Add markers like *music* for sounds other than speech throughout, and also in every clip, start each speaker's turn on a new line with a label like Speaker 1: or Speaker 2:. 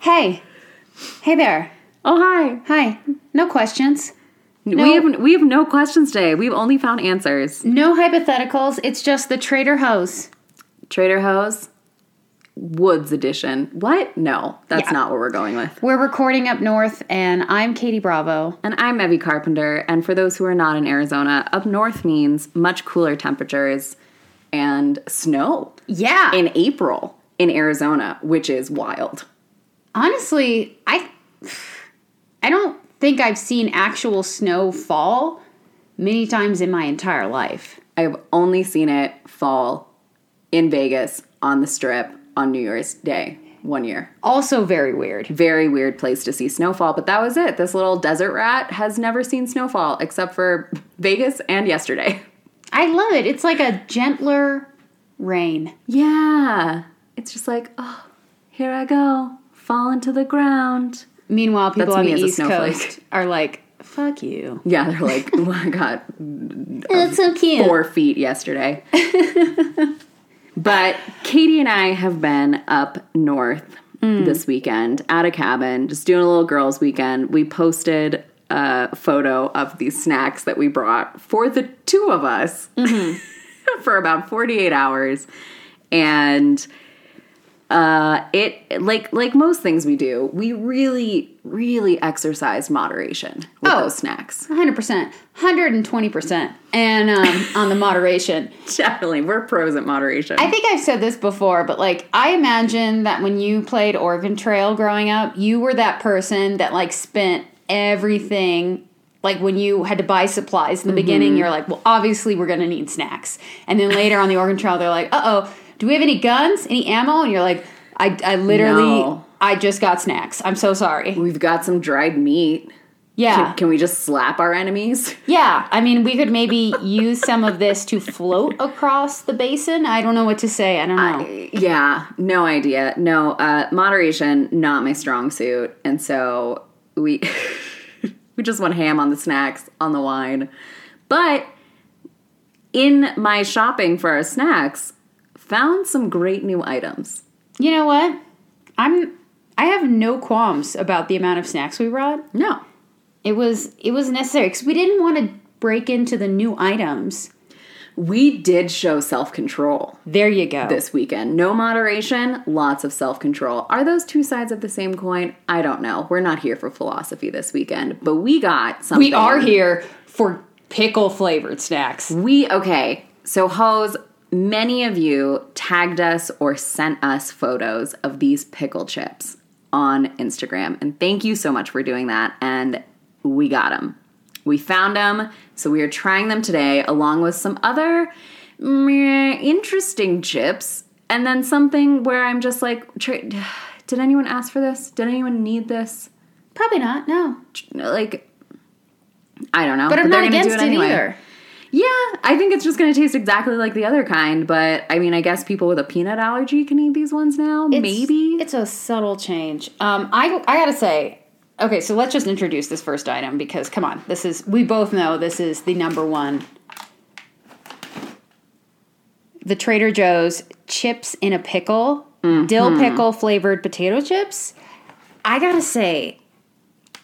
Speaker 1: Hey. Hey there.
Speaker 2: Oh hi.
Speaker 1: Hi. No questions.
Speaker 2: We have we have no questions today. We've only found answers.
Speaker 1: No hypotheticals. It's just the trader hose.
Speaker 2: Trader Joe's Woods Edition. What? No, that's
Speaker 1: Yeah.
Speaker 2: not what we're going with.
Speaker 1: We're recording up north, and I'm Katie Bravo.
Speaker 2: And I'm Evie Carpenter. And for those who are not in Arizona, up north means much cooler temperatures and snow
Speaker 1: Yeah.
Speaker 2: in April in Arizona, which is wild.
Speaker 1: Honestly, I I don't think I've seen actual snow fall many times in my entire life.
Speaker 2: I've only seen it fall in Vegas on the strip on New Year's Day one year.
Speaker 1: Also very weird.
Speaker 2: Very weird place to see snowfall, but that was it. This little desert rat has never seen snowfall except for Vegas and yesterday. *laughs*
Speaker 1: I love it. It's like a gentler rain.
Speaker 2: Yeah. It's just like, oh, here I go, falling to the ground.
Speaker 1: Meanwhile, people
Speaker 2: That's
Speaker 1: on
Speaker 2: me
Speaker 1: the
Speaker 2: as a
Speaker 1: East
Speaker 2: snowflake.
Speaker 1: Coast are like, "Fuck you."
Speaker 2: Yeah, they're like, *laughs* oh, I got
Speaker 1: That's so cute.
Speaker 2: four feet yesterday. *laughs* but Katie and I have been up north this weekend at a cabin, just doing a little girls' weekend. We posted a photo of these snacks that we brought for the two of us *laughs* for about 48 hours. And uh, it like like most things we do, we really really exercise moderation with
Speaker 1: Oh.
Speaker 2: those snacks. *laughs*
Speaker 1: 100%, 120%. And um, on the moderation.
Speaker 2: Definitely, we're pros at moderation.
Speaker 1: I think I've said this before, but like, I imagine that when you played Oregon Trail growing up, you were that person that like spent everything. Like when you had to buy supplies in the beginning, you're like, well, obviously we're gonna need snacks. And then later on the Oregon Trail, they're like, uh oh, do we have any guns, any ammo? And you're like, I, I literally,
Speaker 2: No.
Speaker 1: I just got snacks. I'm so sorry.
Speaker 2: We've got some dried meat.
Speaker 1: Yeah.
Speaker 2: Can, can we just slap our enemies? *laughs*
Speaker 1: Yeah, I mean, we could maybe use some of this to float across the basin. I don't know what to say. I don't know.
Speaker 2: yeah, no idea. No, uh, moderation, not my strong suit. And so we *laughs* we just went ham on the snacks, on the wine. But in my shopping for our snacks, found some great new items.
Speaker 1: you know what? I'm I have no qualms about the amount of snacks we brought.
Speaker 2: No.
Speaker 1: It was it was necessary because we didn't want to break into the new items.
Speaker 2: We did show self-control
Speaker 1: There you go.
Speaker 2: this weekend. No moderation, lots of self control. Are those two sides of the same coin? I don't know. We're not here for philosophy this weekend, but we got something.
Speaker 1: we are here for pickle flavored snacks.
Speaker 2: We, okay. So, Hose, many of you tagged us or sent us photos of these pickle chips on Instagram. And thank you so much for doing that. And we got them. We found them. So, we are trying them today along with some other meh, interesting chips. And then something where I'm just like, tra- did anyone ask for this? Did anyone need this?
Speaker 1: Probably not. No,
Speaker 2: Like, I don't know.
Speaker 1: but, I'm
Speaker 2: they're
Speaker 1: not
Speaker 2: gonna do
Speaker 1: against it,
Speaker 2: anyway.
Speaker 1: either.
Speaker 2: Yeah, I think it's just going to taste exactly like the other kind, but I mean, I guess people with a peanut allergy can eat these ones now.
Speaker 1: It's-
Speaker 2: maybe.
Speaker 1: it's a subtle change. Um, I I gotta say, okay, so let's just introduce this first item because come on, this is we both know this is the number one. The Trader Joe's chips in a pickle, dill pickle flavored potato chips. I gotta say,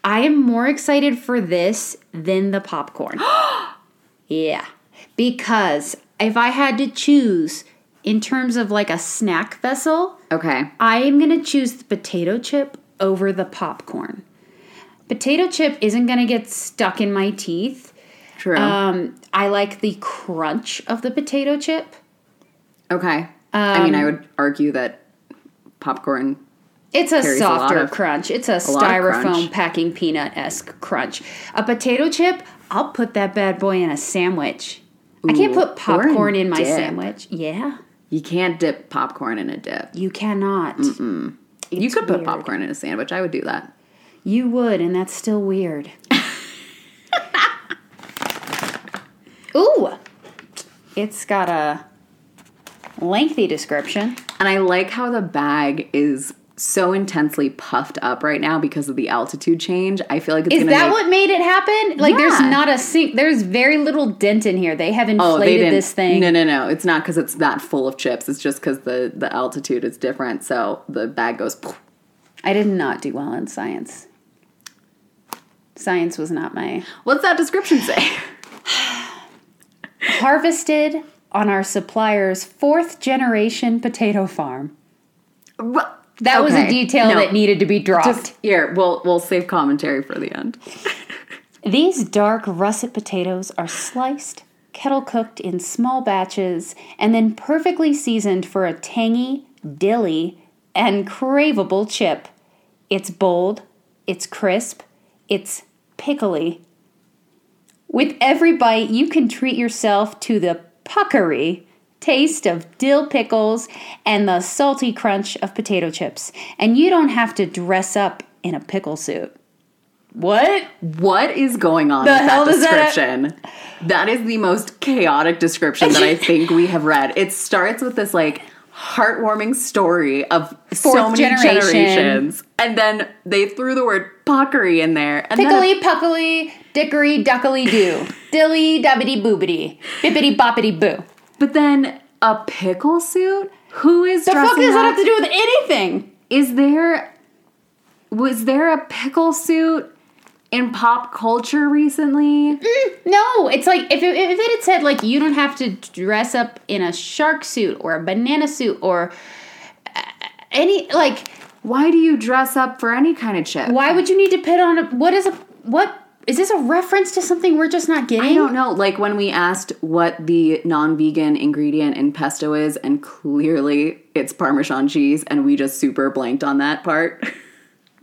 Speaker 1: I am more excited for this than the popcorn. yeah. Because if I had to choose in terms of like a snack vessel,
Speaker 2: okay.
Speaker 1: I am going to choose the potato chip over the popcorn. Potato chip isn't going to get stuck in my teeth.
Speaker 2: True.
Speaker 1: Um, I like the crunch of the potato chip.
Speaker 2: okay. I mean, I
Speaker 1: um,
Speaker 2: would argue that popcorn.
Speaker 1: It's a
Speaker 2: a lot
Speaker 1: softer
Speaker 2: of-
Speaker 1: crunch. It's a,
Speaker 2: lot of
Speaker 1: styrofoam
Speaker 2: crunch.
Speaker 1: packing peanut esque crunch. A potato chip, I'll put that bad boy in a sandwich. I can't
Speaker 2: Ooh, or
Speaker 1: put popcorn
Speaker 2: in
Speaker 1: in my
Speaker 2: dip.
Speaker 1: sandwich. Yeah,
Speaker 2: You can't dip popcorn in a dip.
Speaker 1: you cannot.
Speaker 2: you could put
Speaker 1: weird.
Speaker 2: popcorn in a sandwich. I would do that.
Speaker 1: You would, and that's still *laughs* weird. Ooh, it's got a lengthy description.
Speaker 2: And I like how the bag is so intensely puffed up right now because of the altitude change. I feel like it's
Speaker 1: Is
Speaker 2: gonna
Speaker 1: that
Speaker 2: make-
Speaker 1: what made it happen? Like, there's
Speaker 2: Yeah.
Speaker 1: not a sink. There's very little dent in here. They have
Speaker 2: Oh, they
Speaker 1: inflated
Speaker 2: didn't.
Speaker 1: this thing.
Speaker 2: No, no, no. It's not because it's that full of chips. It's just because the the altitude is different, so the bag goes. poof.
Speaker 1: I did not do well in science. Science was not my.
Speaker 2: What's that description say?
Speaker 1: Harvested on our supplier's fourth generation potato farm.
Speaker 2: What?
Speaker 1: That was a
Speaker 2: Okay,
Speaker 1: detail
Speaker 2: no.
Speaker 1: that needed to be dropped.
Speaker 2: Just here, we'll we'll save commentary for the end.
Speaker 1: These dark russet potatoes are sliced, kettle cooked in small batches, and then perfectly seasoned for a tangy, dilly, and craveable chip. It's bold, it's crisp, it's pickly. With every bite, you can treat yourself to the puckery taste of dill pickles and the salty crunch of potato chips, and you don't have to dress up in a pickle suit. What?
Speaker 2: What is going on
Speaker 1: The
Speaker 2: with
Speaker 1: hell
Speaker 2: that
Speaker 1: does that-
Speaker 2: description? that is the most chaotic description
Speaker 1: *laughs*
Speaker 2: that I think we have read. It starts with this like heartwarming story of so
Speaker 1: Fourth
Speaker 2: many
Speaker 1: generation.
Speaker 2: generations, and then they threw the word "pockery" in there. And then
Speaker 1: Pickly puckly, dickory duckily doo, dilly dabbity boobity, bippity boppity boo.
Speaker 2: But then a pickle suit? Who is
Speaker 1: The fuck
Speaker 2: dressing
Speaker 1: does that
Speaker 2: up?
Speaker 1: have to do with anything?
Speaker 2: Is there was there a pickle suit in pop culture recently?
Speaker 1: No, it's like if it, if it had said like you don't have to dress up in a shark suit or a banana suit or uh, any like
Speaker 2: Why do you dress up for any kind of chip?
Speaker 1: why would you need to put on a what is a what is this a reference to something we're just not getting?
Speaker 2: I don't know. Like when we asked what the non-vegan ingredient in pesto is, and clearly it's Parmesan cheese, and we just super blanked on that part.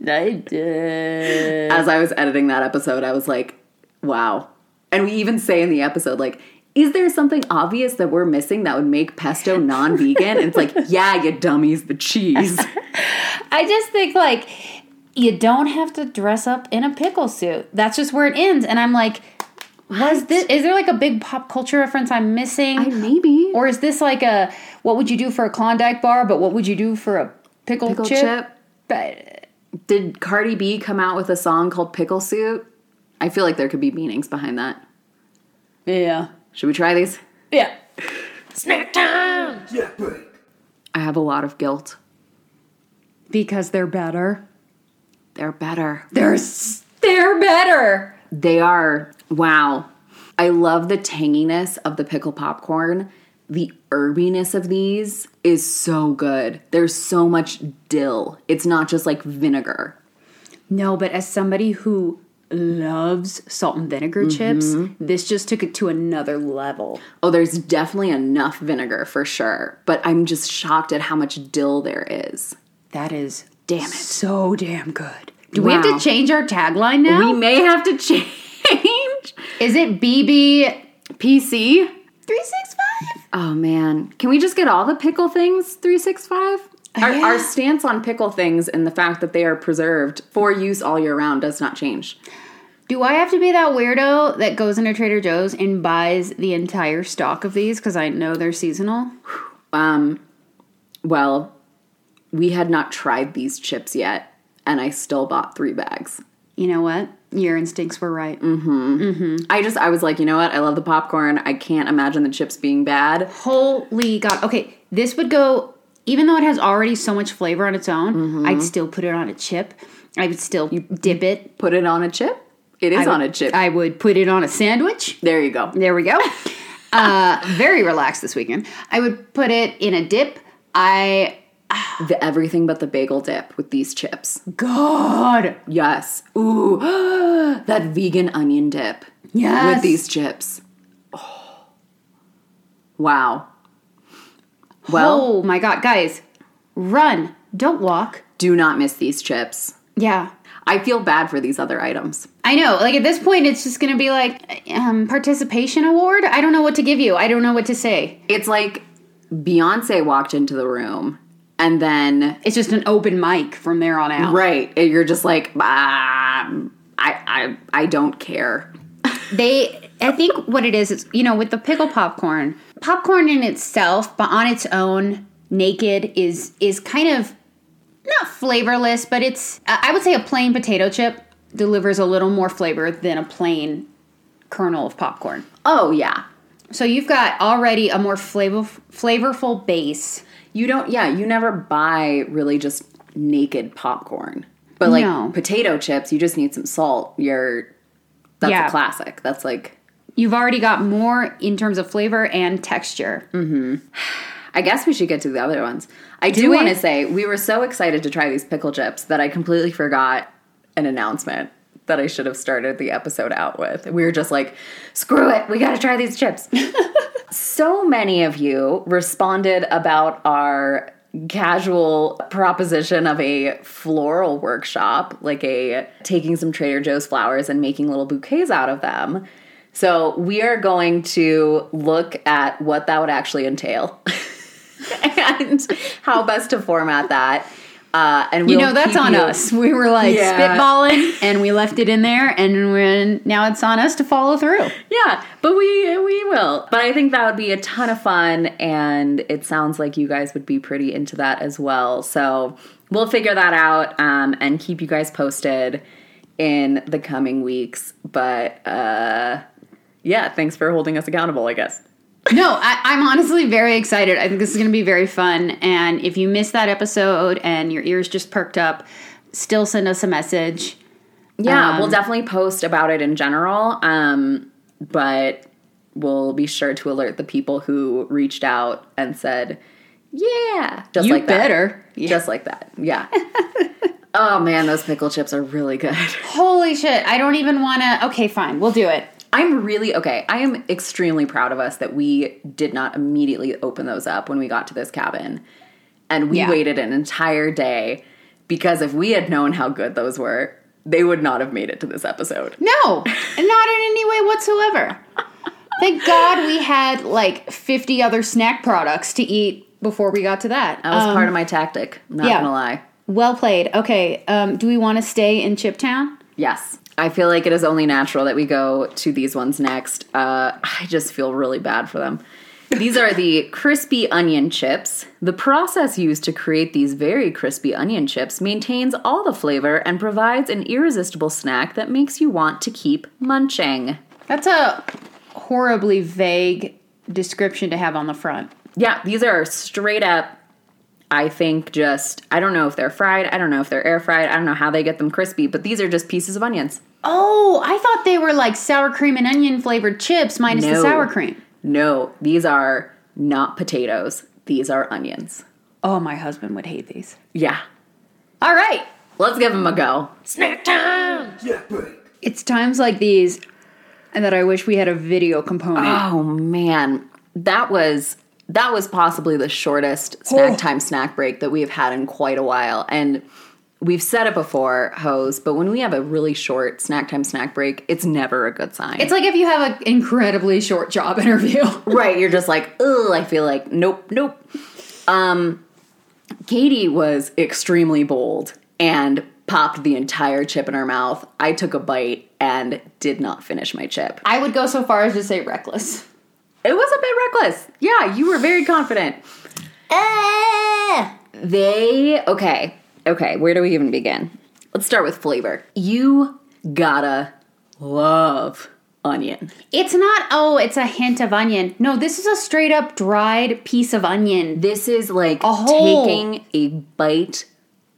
Speaker 1: I did.
Speaker 2: As I was editing that episode, I was like, wow. And we even say in the episode, like, is there something obvious that we're missing that would make pesto non-vegan? and it's like, yeah, you dummies, the cheese.
Speaker 1: I just think like you don't have to dress up in a pickle suit. That's just where it ends. And I'm like, was this? Is there like a big pop culture reference I'm missing,
Speaker 2: I- Maybe.
Speaker 1: or is this like a what would you do for a Klondike bar, but what would you do for a pickle,
Speaker 2: pickle
Speaker 1: chip?
Speaker 2: chip.
Speaker 1: But
Speaker 2: Did Cardi B come out with a song called Pickle Suit? I feel like there could be meanings behind that.
Speaker 1: yeah,
Speaker 2: Should we try these?
Speaker 1: yeah.
Speaker 2: I have a lot of guilt.
Speaker 1: Because they're better.
Speaker 2: They're better.
Speaker 1: They're s- they're better.
Speaker 2: They are. Wow. I love the tanginess of the pickle popcorn. The herbiness of these is so good. There's so much dill. It's not just like vinegar.
Speaker 1: No, but as somebody who loves salt and vinegar chips, this just took it to another level.
Speaker 2: Oh, there's definitely enough vinegar for sure, but I'm just shocked at how much dill there is.
Speaker 1: That is
Speaker 2: Damn it.
Speaker 1: so damn good. Do we have
Speaker 2: Wow.
Speaker 1: to change our tagline now?
Speaker 2: We may have to *laughs* change
Speaker 1: Is it BB
Speaker 2: PC.
Speaker 1: three six five?
Speaker 2: Oh man, can we just get all the pickle things 365? Our,
Speaker 1: Uh, yeah.
Speaker 2: our stance on pickle things and the fact that they are preserved for use all year round does not change.
Speaker 1: Do I have to be that weirdo that goes into Trader Joe's and buys the entire stock of these because I know they're seasonal?
Speaker 2: Um, well, we had not tried these chips yet, and I still bought three bags.
Speaker 1: You know what? Your instincts were right. Mm.
Speaker 2: I just, I was like, you know what? I love the popcorn. I can't imagine the chips being bad.
Speaker 1: Holy God. Okay, this would go, even though it has already so much flavor on its own,
Speaker 2: Mm-hmm.
Speaker 1: I'd still put it on a chip. I would still dip it.
Speaker 2: Put it on a chip. It is
Speaker 1: I
Speaker 2: on a
Speaker 1: would-
Speaker 2: chip.
Speaker 1: I would put it on a sandwich.
Speaker 2: there you go.
Speaker 1: There we
Speaker 2: *laughs*
Speaker 1: go. uh, very relaxed this weekend. I would put it in a dip. I
Speaker 2: The everything but the bagel dip with these chips.
Speaker 1: God
Speaker 2: Yes. Ooh, *gasps* that vegan onion dip.
Speaker 1: yes
Speaker 2: with these chips. Oh. Wow. Well,
Speaker 1: oh my God, guys, run! Don't walk.
Speaker 2: do not miss these chips.
Speaker 1: Yeah,
Speaker 2: I feel bad for these other items.
Speaker 1: I know. Like at this point, it's just gonna be like um, participation award. I don't know what to give you. I don't know what to say.
Speaker 2: It's like Beyonce walked into the room and then
Speaker 1: It's just an open mic from there on out.
Speaker 2: right, and you're just like, ah, I I I don't care.
Speaker 1: They, I think what it is is you know with the pickle popcorn, popcorn in itself, but on its own, naked is is kind of not flavorless, but it's I I would say a plain potato chip delivers a little more flavor than a plain kernel of popcorn.
Speaker 2: Oh yeah.
Speaker 1: So you've got already a more flavor flavorful base.
Speaker 2: You don't yeah, you never buy really just naked popcorn. But like
Speaker 1: No.
Speaker 2: potato chips, you just need some salt. You're that's
Speaker 1: Yeah.
Speaker 2: a classic. That's like
Speaker 1: You've already got more in terms of flavor and texture.
Speaker 2: I guess we should get to the other ones. I do,
Speaker 1: we?
Speaker 2: want to say we were so excited to try these pickle chips that I completely forgot an announcement that I should have started the episode out with. We were just like, screw it, we got to try these chips. so many of you responded about our casual proposition of a floral workshop, like a taking some Trader Joe's flowers and making little bouquets out of them. So we are going to look at what that would actually entail *laughs* and how best to format that. Uh, and
Speaker 1: You
Speaker 2: we'll
Speaker 1: know, that's
Speaker 2: keep
Speaker 1: on
Speaker 2: you-
Speaker 1: us. *laughs* We were like
Speaker 2: Yeah.
Speaker 1: spitballing and we left it in there and we're, now it's on us to follow through.
Speaker 2: Yeah, but we we will. But I think that would be a ton of fun, and it sounds like you guys would be pretty into that as well. So we'll figure that out um, and keep you guys posted in the coming weeks. But uh, yeah, thanks for holding us accountable. I guess.
Speaker 1: no, I, I'm honestly very excited. I think this is going to be very fun. And if you missed that episode and your ears just perked up, still send us a message.
Speaker 2: Yeah, we'll definitely post about it in general. Um, but we'll be sure to alert the people who reached out and said, "Yeah, just
Speaker 1: you
Speaker 2: like that.
Speaker 1: better.
Speaker 2: Just like that. Yeah. *laughs* oh man, those pickle chips are really good. *laughs*
Speaker 1: Holy shit. I don't even want to. Okay, fine. We'll do it.
Speaker 2: I'm really okay. I am extremely proud of us that we did not immediately open those up when we got to this cabin. And we
Speaker 1: Yeah.
Speaker 2: waited an entire day because if we had known how good those were, they would not have made it to this episode.
Speaker 1: *laughs* No, not in any way whatsoever. Thank God we had like 50 other snack products to eat before we got to that.
Speaker 2: That was
Speaker 1: Um,
Speaker 2: part of my tactic, not
Speaker 1: yeah.
Speaker 2: gonna lie.
Speaker 1: well played. Okay, um, do we want to stay in Chiptown?
Speaker 2: Yes. I feel like it is only natural that we go to these ones next. Uh, I just feel really bad for them. These are the crispy onion chips. The process used to create these very crispy onion chips maintains all the flavor and provides an irresistible snack that makes you want to keep munching.
Speaker 1: That's a horribly vague description to have on the front.
Speaker 2: Yeah, these are straight up. I think just I don't know if they're fried. I don't know if they're air fried. I don't know how they get them crispy, but these are just pieces of onions.
Speaker 1: Oh, I thought they were like sour cream and onion flavored chips minus the
Speaker 2: No.
Speaker 1: sour cream.
Speaker 2: No, these are not potatoes. These are onions.
Speaker 1: Oh, my husband would hate these.
Speaker 2: Yeah.
Speaker 1: All right,
Speaker 2: Let's give them a go.
Speaker 1: it's times like these that I wish we had a video component.
Speaker 2: Oh man, that was that was possibly the shortest snack
Speaker 1: Oh.
Speaker 2: time snack break that we have had in quite a while. And we've said it before, hoes, but when we have a really short snack time snack break, it's never a good sign.
Speaker 1: It's like if you have an incredibly short job *laughs* interview.
Speaker 2: right, you're just like, "Ugh, I feel like nope, nope." Um Katie was extremely bold and popped the entire chip in her mouth. I took a bite and did not finish my chip.
Speaker 1: I would go so far as to say reckless.
Speaker 2: It was a bit reckless. Yeah, you were very confident. They okay. Okay, where do we even begin? Let's start with flavor. You gotta love onion.
Speaker 1: It's not, oh, it's a hint of onion. No, this is a straight up dried piece of onion.
Speaker 2: This is like
Speaker 1: whole-
Speaker 2: taking a bite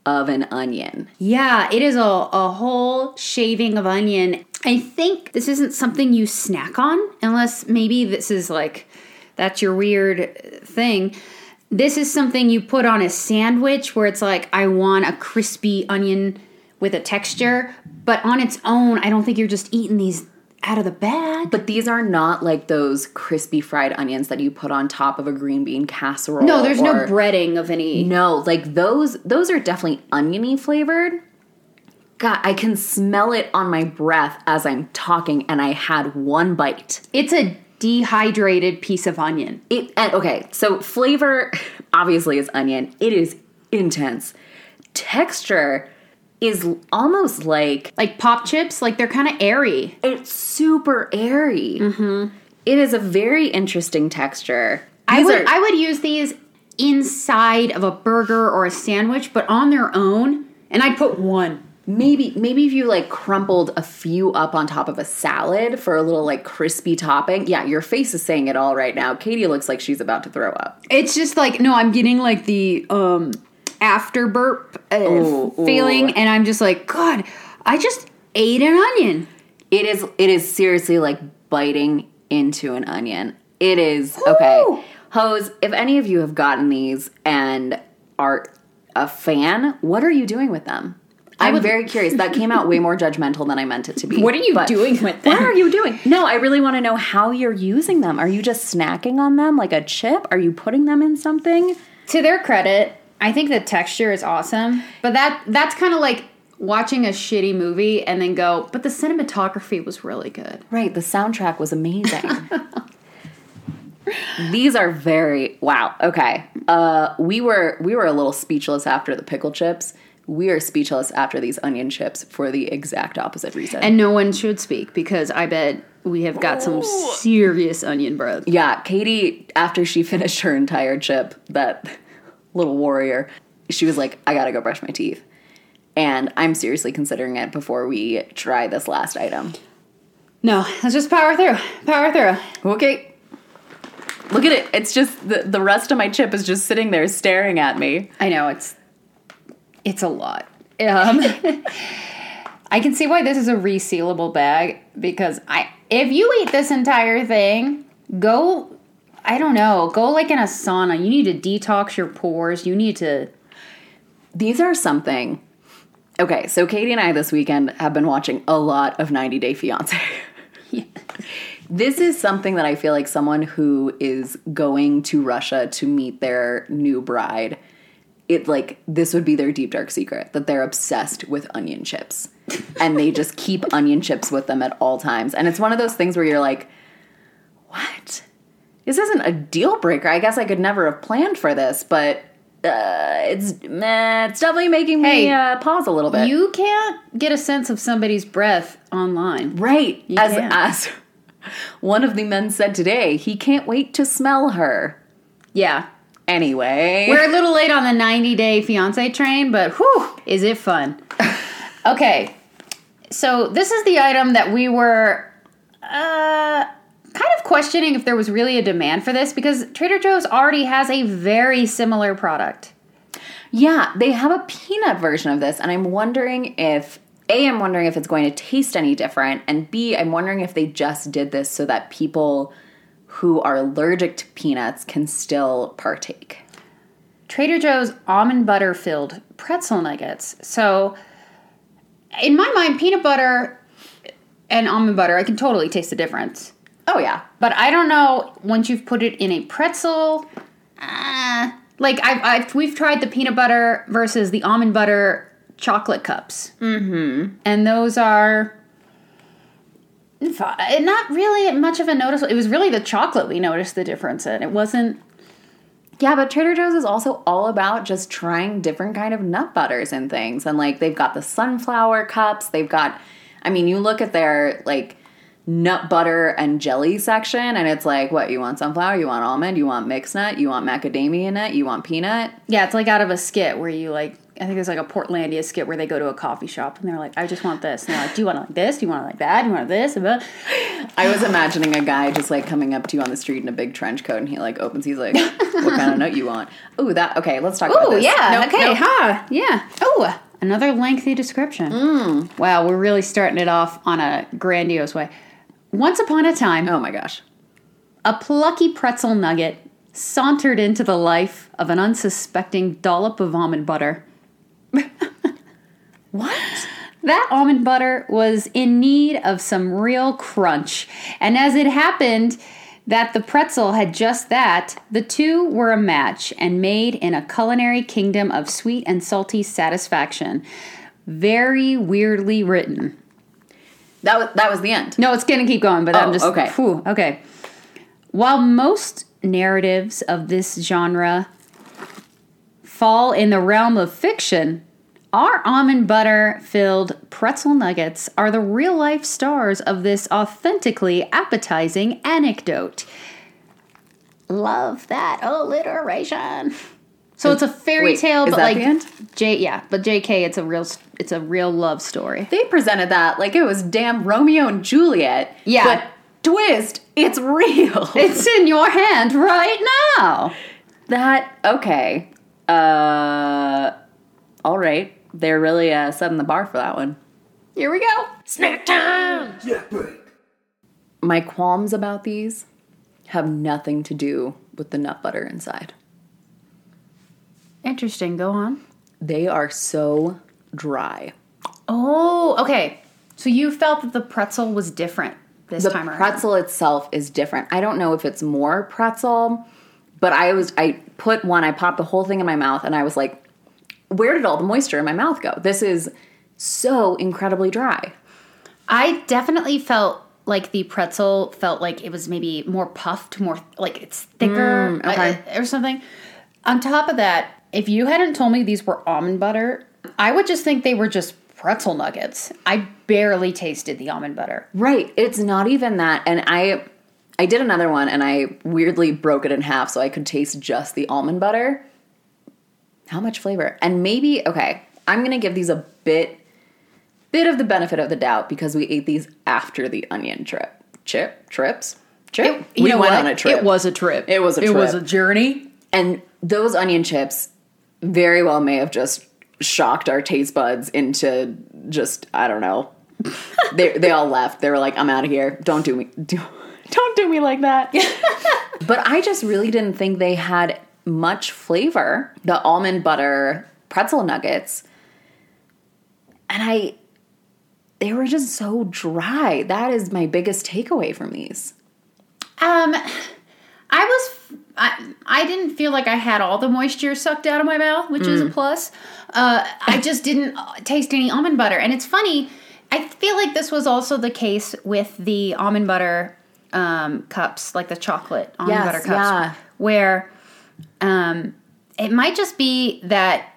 Speaker 2: of an onion.
Speaker 1: Yeah, it is a, a whole shaving of onion. I think this isn't something you snack on, unless maybe this is like, that's your weird uh, thing. This is something you put on a sandwich where it's like, I want a crispy onion with a texture, but on its own, I don't think you're just eating these out of the bag.
Speaker 2: But these are not like those crispy fried onions that you put on top of a green bean casserole.
Speaker 1: No, there's no
Speaker 2: or-
Speaker 1: breading of any.
Speaker 2: No, like those those are definitely oniony flavored. God, I can smell it on my breath as I'm talking and I had one bite.
Speaker 1: It's a dehydrated piece of onion.
Speaker 2: It and, okay, so flavor *laughs* obviously is onion. It is intense. Texture is l- almost like
Speaker 1: Like pop chips, like they're kind of airy.
Speaker 2: it's super airy. It is a very interesting texture.
Speaker 1: Mm-hmm. I
Speaker 2: These
Speaker 1: would
Speaker 2: are-
Speaker 1: I would use these inside of a burger or a sandwich, but on their own, and I'd put one.
Speaker 2: Maybe maybe if you like crumpled a few up on top of a salad for a little like crispy topping. Yeah, your face is saying it all right now. Katie looks like she's about to throw up.
Speaker 1: It's just like no, I'm getting like the um after burp uh,
Speaker 2: Ooh, ooh.
Speaker 1: feeling, and I'm just like, God, I just ate an onion.
Speaker 2: It is it is seriously like biting into an onion. It is okay.
Speaker 1: Woo!
Speaker 2: Hose, if any of you have gotten these and are a fan, what are you doing with them? I'm very curious. That came out way more judgmental than I meant it to
Speaker 1: *laughs*
Speaker 2: be.
Speaker 1: What are you
Speaker 2: but-
Speaker 1: doing with *laughs*
Speaker 2: What are
Speaker 1: them?
Speaker 2: you doing? No, I really want to know how you're using them. Are you just snacking on them like a chip? Are you putting them in something?
Speaker 1: To their credit, I think the texture is awesome, but that that's kind of like watching a shitty movie and then go, but the cinematography was really good.
Speaker 2: Right, the soundtrack was amazing. These are very wow. Okay, uh, we were we were a little speechless after the pickle chips. We are speechless after these onion chips for the exact opposite reason.
Speaker 1: And no one should speak because I bet we have got some serious onion breath.
Speaker 2: yeah, Katie, after she *laughs* finished her entire chip, that *laughs* little warrior, she was like, "I gotta go brush my teeth," and I'm seriously considering it before we try this last item.
Speaker 1: No, let's just power through. Power through.
Speaker 2: Okay. Look at it. It's just the, the rest of my chip is just sitting there staring at me.
Speaker 1: I know it's it's a lot. Um, *laughs* I can see why this is a resealable bag because I if you eat this entire thing, go I don't know, go like in a sauna. You need to detox your pores. You need to
Speaker 2: These are something. Okay, so Katie and I this weekend have been watching a lot of 90 Day Fiancé. This is something that I feel like someone who is going to Russia to meet their new bride, it like this would be their deep dark secret that they're obsessed with onion chips. and they just keep onion chips with them at all times. And it's one of those things where you're like, what? This isn't a deal breaker. I guess I could never have planned for this, but uh, it's meh, it's definitely making me
Speaker 1: Hey,
Speaker 2: uh, pause a little bit.
Speaker 1: You can't get a sense of somebody's breath online.
Speaker 2: Right.
Speaker 1: You
Speaker 2: as
Speaker 1: can.
Speaker 2: as *laughs* one of the men said today, he can't wait to smell her.
Speaker 1: Yeah.
Speaker 2: Anyway.
Speaker 1: We're a little late on the 90 day fiance train, but whew, is it fun. Okay, so this is the item that we were uh, kind of questioning if there was really a demand for this because Trader Joe's already has a very similar product.
Speaker 2: yeah, they have a peanut version of this, and I'm wondering if A, I'm wondering if it's going to taste any different, and B, I'm wondering if they just did this so that people who are allergic to peanuts can still partake.
Speaker 1: Trader Joe's almond butter filled pretzel nuggets. So, in my mind, peanut butter and almond butter, I can totally taste the difference.
Speaker 2: Oh yeah.
Speaker 1: But I don't know once you've put it in a pretzel. Uh, like I've, I've we've tried the peanut butter versus the almond butter chocolate cups. Mm-hmm. And those are fi- not really much of a notice. It was really the chocolate we noticed the difference in. It wasn't.
Speaker 2: Yeah, but Trader Joe's is also all about just trying different kind of nut butters and things. And like they've got the sunflower cups, they've got I mean, you look at their like nut butter and jelly section and it's like what you want sunflower, you want almond, you want mixed nut, you want macadamia nut, you want peanut.
Speaker 1: Yeah, it's like out of a skit where you like. I think there's like a Portlandia skit where they go to a coffee shop and they're like, "I just want this." And they're like, "Do you want it like this? Do you want it like that? Do you want it this?" And blah.
Speaker 2: I was imagining a guy just like coming up to you on the street in a big trench coat and he like opens he's like what kind of nut you want? Ooh, that okay, let's talk about
Speaker 1: Oh
Speaker 2: this.
Speaker 1: yeah.
Speaker 2: Nope,
Speaker 1: okay.
Speaker 2: nope.
Speaker 1: Huh. Yeah. Oh, another lengthy description.
Speaker 2: Mm.
Speaker 1: Wow, we're really starting it off on a grandiose way. Once upon a time,
Speaker 2: Oh my gosh.
Speaker 1: a plucky pretzel nugget sauntered into the life of an unsuspecting dollop of almond butter.
Speaker 2: What?
Speaker 1: That almond butter was in need of some real crunch. And as it happened that the pretzel had just that, the two were a match and made in a culinary kingdom of sweet and salty satisfaction. Very weirdly written.
Speaker 2: That was that was the end.
Speaker 1: No, it's going to keep going, but
Speaker 2: Oh,
Speaker 1: I'm just.
Speaker 2: okay.
Speaker 1: phew, okay. While most narratives of this genre fall in the realm of fiction, our almond butter filled pretzel nuggets are the real life stars of this authentically appetizing anecdote. Love that alliteration. So it's a fairy
Speaker 2: wait,
Speaker 1: tale,
Speaker 2: is
Speaker 1: but
Speaker 2: that
Speaker 1: like
Speaker 2: the end?
Speaker 1: J, yeah, but J.K. It's a real, s- it's a real love story.
Speaker 2: they presented that like it was damn Romeo and Juliet.
Speaker 1: Yeah.
Speaker 2: But twist, it's real. *laughs*
Speaker 1: It's in your hand right now.
Speaker 2: that okay. Uh all right, they're really uh, setting the bar for that one. Here we go.
Speaker 1: Snack time!
Speaker 2: My qualms about these have nothing to do with the nut butter inside.
Speaker 1: Interesting. Go on.
Speaker 2: They are so dry.
Speaker 1: Oh, okay. So you felt that the pretzel was different this
Speaker 2: the
Speaker 1: time around.
Speaker 2: pretzel itself is different. I don't know if it's more pretzel, but I was I put one, I popped the whole thing in my mouth, and I was like, where did all the moisture in my mouth go? This is so incredibly dry.
Speaker 1: I definitely felt like the pretzel felt like it was maybe more puffed, more like it's thicker
Speaker 2: Mm, okay.
Speaker 1: uh, or something. On top of that, if you hadn't told me these were almond butter, I would just think they were just pretzel nuggets. I barely tasted the almond butter.
Speaker 2: Right. It's not even that. And I I did another one and I weirdly broke it in half so I could taste just the almond butter. How much flavor? And maybe okay, I'm going to give these a bit bit of the benefit of the doubt because we ate these after the onion trip. Chip trips. Chip.
Speaker 1: You
Speaker 2: we
Speaker 1: know
Speaker 2: went
Speaker 1: what?
Speaker 2: on a trip.
Speaker 1: It was a trip.
Speaker 2: It was a
Speaker 1: It was a
Speaker 2: trip.
Speaker 1: journey.
Speaker 2: and those onion chips very well may have just shocked our taste buds into just I don't know. they they all left. They were like, "I'm out of here. Don't do me. Do, don't do me like that." but I just really didn't think they had much flavor. The almond butter pretzel nuggets, and I, they were just so dry. That is my biggest takeaway from these.
Speaker 1: Um, I was I, I didn't feel like I had all the moisture sucked out of my mouth, which
Speaker 2: Mm.
Speaker 1: is a plus. Uh,
Speaker 2: *laughs*
Speaker 1: I just didn't taste any almond butter, and it's funny. I feel like this was also the case with the almond butter um, cups, like the chocolate almond
Speaker 2: Yes,
Speaker 1: butter cups,
Speaker 2: yeah.
Speaker 1: where um, it might just be that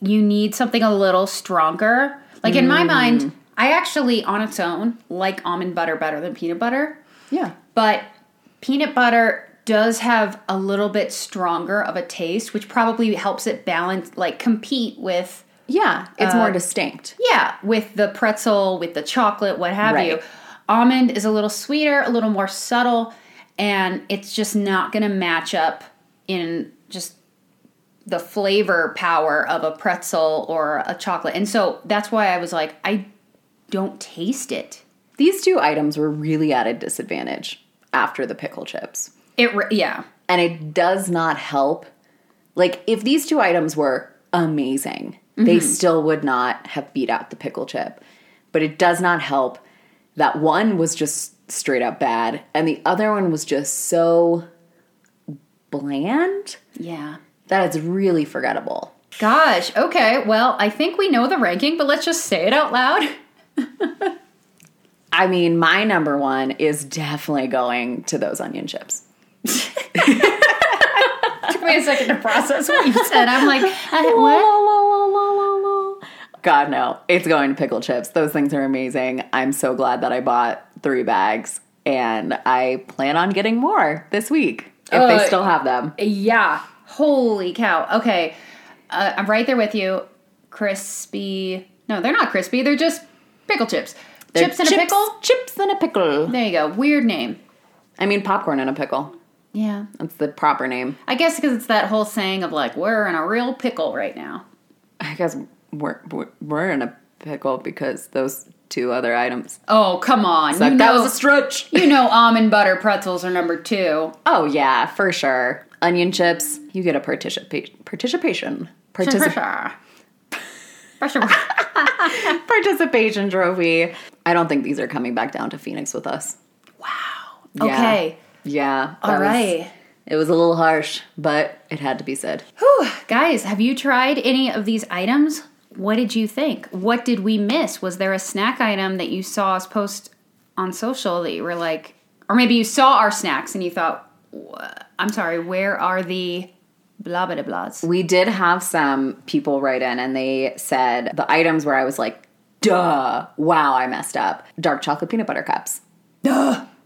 Speaker 1: you need something a little stronger. Like in my
Speaker 2: Mm.
Speaker 1: mind, I actually on its own like almond butter better than peanut butter
Speaker 2: Yeah,
Speaker 1: but peanut butter does have a little bit stronger of a taste, which probably helps it balance, like compete with,
Speaker 2: yeah. It's more distinct.
Speaker 1: yeah, with the pretzel, with the chocolate, what have you.
Speaker 2: Right.
Speaker 1: Almond is a little sweeter, a little more subtle, and it's just not going to match up in just the flavor power of a pretzel or a chocolate. And so that's why I was like, I don't taste it.
Speaker 2: These two items were really at a disadvantage after the pickle chips.
Speaker 1: It, re- yeah.
Speaker 2: And it does not help. Like, if these two items were amazing, they still would not have beat out the pickle chip. But it does not help that one was just straight up bad and the other one was just so bland
Speaker 1: Yeah.
Speaker 2: that it's really forgettable.
Speaker 1: Gosh, okay. Well, I think we know the ranking, but let's just say it out loud. *laughs*
Speaker 2: I mean, my number one is definitely going to those onion chips.
Speaker 1: Took me a second to process what you said. I'm
Speaker 2: *laughs*
Speaker 1: like, uh, what?
Speaker 2: what? God, no. It's going to pickle chips. Those things are amazing. I'm so glad that I bought three bags and I plan on getting more this week if
Speaker 1: Uh,
Speaker 2: they still have them.
Speaker 1: Yeah. Holy cow. Okay. Uh, I'm right there with you. Crispy. No, they're not crispy. They're just pickle chips.
Speaker 2: They're
Speaker 1: chips in a pickle?
Speaker 2: Chips in a pickle.
Speaker 1: There you go. Weird name.
Speaker 2: I mean, popcorn in a pickle.
Speaker 1: Yeah.
Speaker 2: That's the proper name.
Speaker 1: I guess because it's that whole saying of like, we're in a real pickle right now.
Speaker 2: I guess we're, we're- we're in a pickle because those two other items.
Speaker 1: Oh, come on.
Speaker 2: Like,
Speaker 1: you,
Speaker 2: that
Speaker 1: know,
Speaker 2: was a stretch.
Speaker 1: you know, almond butter pretzels are number two.
Speaker 2: Oh, yeah, for sure. Onion chips, you get a participa- participation. Participation.
Speaker 1: *laughs* Pressure.
Speaker 2: *laughs*
Speaker 1: Pressure.
Speaker 2: participation trophy. I don't think these are coming back down to Phoenix with us.
Speaker 1: Wow.
Speaker 2: Yeah.
Speaker 1: Okay.
Speaker 2: Yeah. that
Speaker 1: All
Speaker 2: was-
Speaker 1: right.
Speaker 2: it was a little harsh, but it had to be said.
Speaker 1: Whew. Guys, have you tried any of these items? What did you think? What did we miss? Was there a snack item that you saw us post on social that you were like, or maybe you saw our snacks and you thought, "Wha- I'm sorry, where are the blah blah blahs?
Speaker 2: We did have some people write in and they said the items where I was like, duh, wow, I messed up. Dark chocolate peanut butter cups.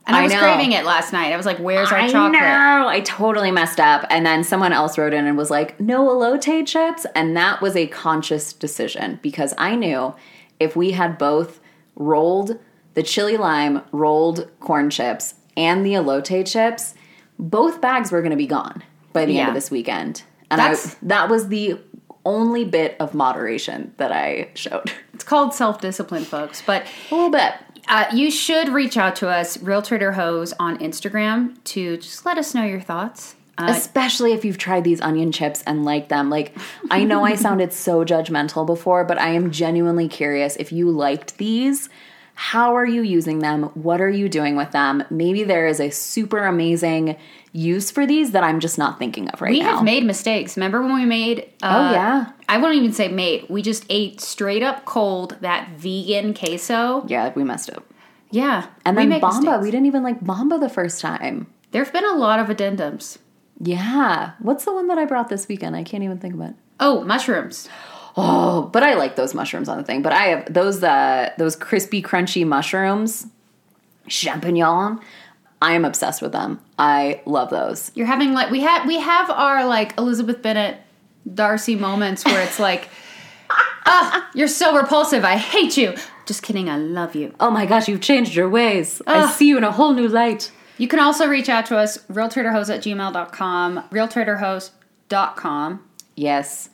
Speaker 1: And I,
Speaker 2: I
Speaker 1: was
Speaker 2: know.
Speaker 1: craving it last night. I was like, where's our
Speaker 2: I
Speaker 1: chocolate?
Speaker 2: know, I totally messed up. And then someone else wrote in and was like, no elote chips. And that was a conscious decision because I knew if we had both rolled the chili lime, rolled corn chips, and the elote chips, both bags were going to be gone by the end
Speaker 1: Yeah.
Speaker 2: of this weekend. And I,
Speaker 1: That's-
Speaker 2: that was the only bit of moderation that I showed. *laughs*
Speaker 1: It's called self discipline, folks. But
Speaker 2: A little bit.
Speaker 1: uh, you should reach out to us, Real Trader Hoes, on Instagram to just let us know your thoughts. Uh,
Speaker 2: Especially if you've tried these onion chips and like them. Like, I
Speaker 1: *laughs*
Speaker 2: know I sounded so judgmental before, but I am genuinely curious if you liked these. How are you using them? What are you doing with them? Maybe there is a super amazing use for these that I'm just not thinking of right
Speaker 1: we
Speaker 2: now.
Speaker 1: have made mistakes. Remember when we made? Uh,
Speaker 2: Oh, yeah.
Speaker 1: I won't even say made. We just ate straight up cold that vegan queso.
Speaker 2: yeah, we messed up.
Speaker 1: Yeah,
Speaker 2: And
Speaker 1: we
Speaker 2: then
Speaker 1: make
Speaker 2: Bomba,
Speaker 1: mistakes.
Speaker 2: we didn't even like Bomba the first time.
Speaker 1: There have been a lot of addendums.
Speaker 2: Yeah. What's the one that I brought this weekend? I can't even think of it.
Speaker 1: Oh, mushrooms.
Speaker 2: Oh, but I like those mushrooms on the thing. But I have those uh those crispy crunchy mushrooms, champignon. I am obsessed with them. I love those.
Speaker 1: You're having like we have we have our like Elizabeth Bennett, Darcy moments where it's
Speaker 2: *laughs*
Speaker 1: like, ah, you're so repulsive. I hate you. Just kidding. I love you.
Speaker 2: Oh my gosh, you've changed your ways. I
Speaker 1: Ugh.
Speaker 2: see you in a whole new light.
Speaker 1: You can also reach out to us, realtraderhose at gmail.com, realtraderhose.com.
Speaker 2: Yes.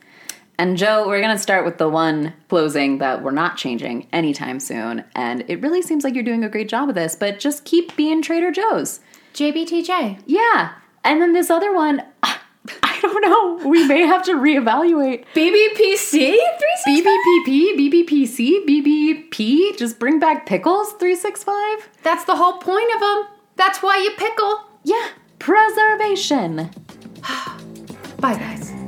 Speaker 2: And Joe, we're going to start with the one closing that we're not changing anytime soon. And it really seems like you're doing a great job of this, but just keep being Trader Joe's.
Speaker 1: JBTJ.
Speaker 2: Yeah. And then this other one, *laughs* I don't know. We may have to reevaluate.
Speaker 1: BBPC?
Speaker 2: BBPP, BBPC, BBP, just bring back pickles 365.
Speaker 1: That's the whole point of them. That's why you pickle.
Speaker 2: Yeah, preservation.
Speaker 1: Bye, guys.